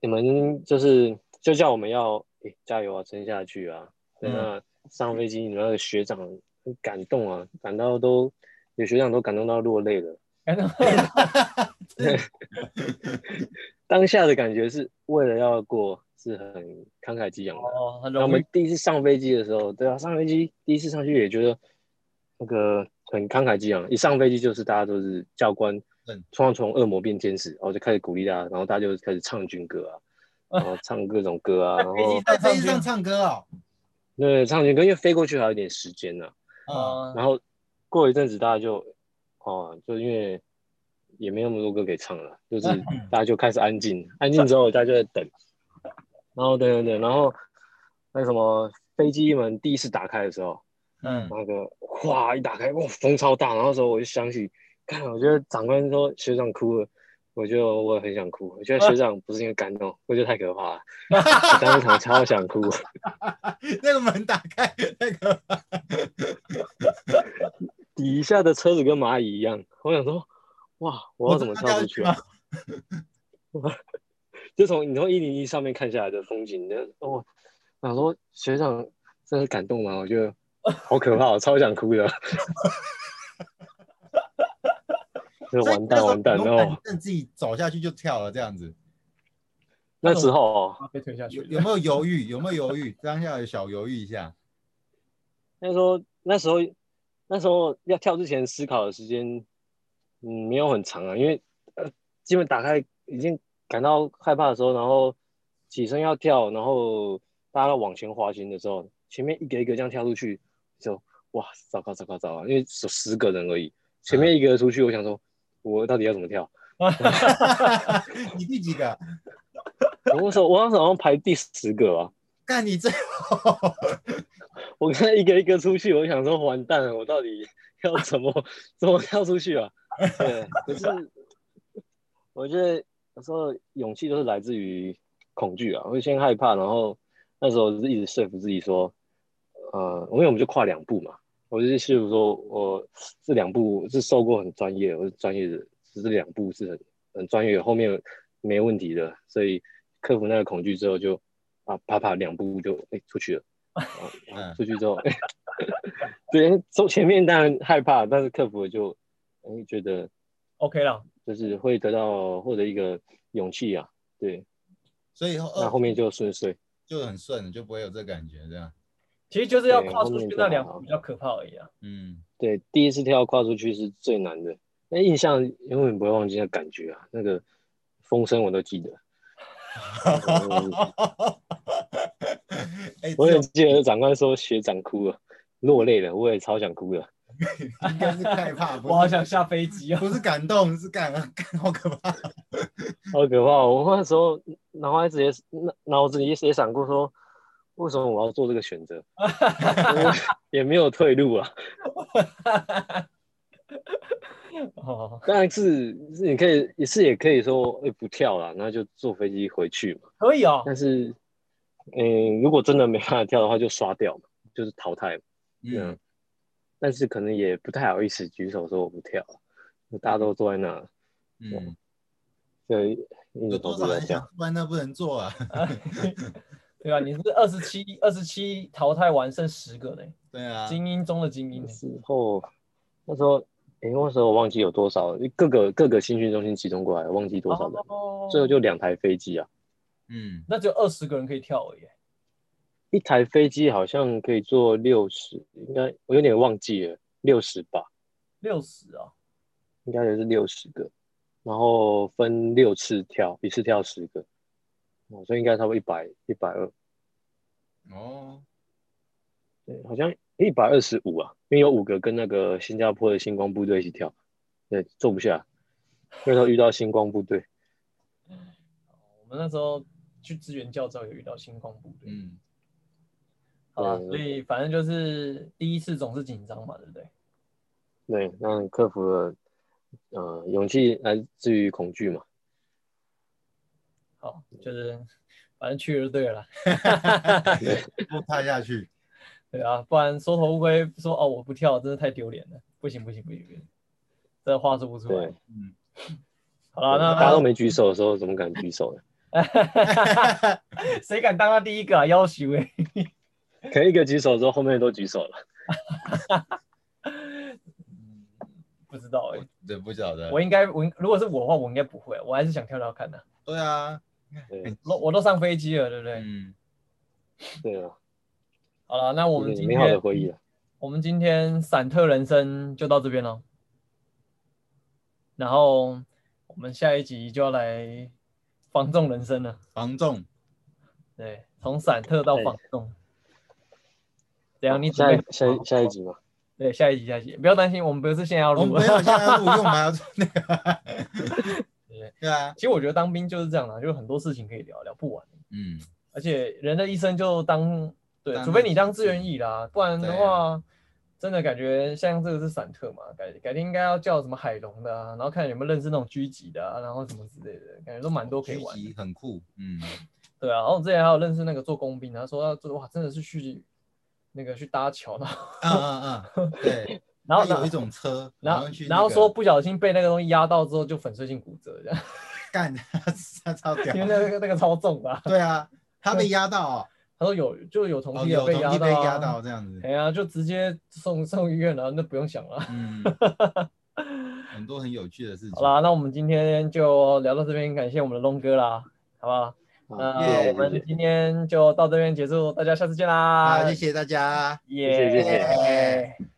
你们就是就叫我们要，诶，加油啊，撑下去啊。对，嗯那上飞机，你们那个学长很感动啊，感到都有学长都感动到落泪了。感 到当下的感觉是为了要过，是很慷慨激昂的。哦很那我容们易，第一次上飞机的时候，对啊，上飞机第一次上去也觉得那个很慷慨激昂，一上飞机就是大家都是教官嗯，突然从恶魔变天使，然后就开始鼓励大家，然后大家就开始唱军歌啊，然后唱各种歌 啊，然飞机后在飞机上唱歌哦，对唱军歌，因为飞过去还有一点时间啊呢、嗯，嗯然后过一阵子大家就，哦，就因为也没那么多歌可以唱了，就是大家就开始安静，安静之后大家就在等，然后等等等，然后那什么飞机门第一次打开的时候，嗯那个哗一打开，哇风超大，然后那时候我就想起，看我觉得长官说学长哭了。我就我也很想哭，我觉得学长不是因为感动，我觉得太可怕了，我当场超想哭。那个门打开，那个底下的车子跟蚂蚁一样，我想说，哇，我要怎么跳出去啊？就从你从一零一上面看下来的风景，你哦，想说学长真的感动吗？我觉得好可怕，我超想哭的。 就完蛋完蛋，然哦后后自己走下去就跳了这样子，那时候哦他被推下去 有了。有没有犹豫？有没有犹豫？当下有小犹豫一下， 那时候那时候那时候要跳之前思考的时间，嗯，没有很长啊，因为呃，基本打开已经感到害怕的时候，然后起身要跳，然后大家要往前滑行的时候，前面一个一个这样跳出去，就哇，糟糕糟糕糟糕，因为有十个人而已，前面一个出去，我想说，我到底要怎么跳？你第几个？我那时候我那时候好像排第十个吧，看你这，我刚才一个一个出去，我想说完蛋了，我到底要怎么怎么跳出去啊？对，可是我觉得有时候勇气就是来自于恐惧啊，我会先害怕，然后那时候就是一直说服自己说，呃，因为我们就跨两步嘛，我就是说服说我这两步是受过很专业，我是专业的，这两步是很很专业，后面没问题的，所以克服那个恐惧之后就啊啪啪两步就哎、出去了。 嗯，出去之后， 对，走前面当然害怕，但是克服了就，嗯，觉得 OK 了，就是会得到获得一个勇气啊，对，所以后哦那后面就顺遂，就很顺，就不会有这感觉这样。其实就是要对跨后出面去就那两好步了比较可怕而已啊。嗯， 对，第一次跳跨出去是最难的，那印象永远不会忘记那感觉啊，那个风声我都记得，哎，我也这种记得长官说学长哭了，落泪了，我也超想哭的，应该是害怕，不我好是想下飞 机啊！不是感动，是感 感好可怕。好可怕！哦我那时候脑海直接脑脑子里也闪过说，为什么我要做这个选择？ 也没有退路啊。 哦，当然是是你可以也是也可以说、欸、不跳了，那就坐飞机回去嘛。可以哦，但是，嗯，如果真的没办法跳的话，就刷掉嘛，就是淘汰嘛。啊嗯，但是可能也不太好意思举手说我不跳了，大家都坐在那，嗯嗯，就硬有着头多皮少在人想跳。不然那不能做啊？对啊，你是二十 七，二十七淘汰完剩十个呢，对啊，精英中的精英那呢。时候那时候，哎、那时候我忘记有多少，各个各个新训中心集中过来，忘记多少人，哦最后就两台飞机啊。嗯，那只有二十个人可以跳而已。一台飞机好像可以坐六十，应该我有点忘记了，六十吧，六十啊，应该也是六十个，然后分六次跳，一次跳十个，哦，所以应该差不多一百一百二，哦，对，好像一百二十五啊，因为有五个跟那个新加坡的星光部队一起跳，对，坐不下，那时候遇到星光部队，我们那时候去支援教招有遇到星光部队， 嗯，好吧，对所以反正就是第一次总是紧张嘛，对不对？对，那克服了，呃，勇气来自于恐惧嘛，好，就是反正去了就对了啦，不踏下去，对啊，不然缩头乌龟说哦我不跳，真的太丢脸了，不行不行不行不行，这话说不出对来。，嗯，好了，那大家都没举手的时候，怎么敢举手呢？谁敢当他第一个啊？要求哎，可能一个举手之后，后面都举手了。不知道哎、我对不晓得我，应该我应如果是我的话，我应该不会，我还是想跳跳看的、对啊，对我我都上飞机了，对不对？嗯，对啊，好了，那我们一个今美好的天回忆啊。我们今天散特人生就到这边了，然后我们下一集就要来防重人生了。防重，对，从散特到防重。怎样？你准备下一下一下一集嘛，对下一集下一集，不要担心，我们不是现在要我们录不了。要现在录，因为我们还要做 那个，对啊， 其实我觉得当兵就是这样的、就是很多事情可以聊聊不完，嗯，而且人的一生就当对，当除非那你几当次志愿役啦，不然的对啊话，真的感觉像这个是散特嘛，改改天应该要叫什么海龙的啊，然后看有没有认识那种狙击的啊，然后什么之类的，感觉都蛮多可以玩哦狙的。击很酷，嗯，对啊，然后我之前还有认识那个做工 兵，他说他做哇真的是去那个去搭桥，然后嗯 啊啊啊，对，然后它有呢一种车，然后后去那然后个说不小心被那个东西压到之后就粉碎性骨折这样， 干， 他超屌因为。那个那个超重吧。对啊，他被压到 哦，他说有就有同哦梯有被东压西被啊压到这样子 哎。呀、就直接送送医院了，那不用想了。 嗯，很多很有趣的事情。好啦，那我们今天就聊到这边，感谢我们的龙哥啦，好不好？那、啊谢谢呃我谢们谢今天就到这边结束，大家下次见啦！好，谢谢大家。耶，谢谢谢谢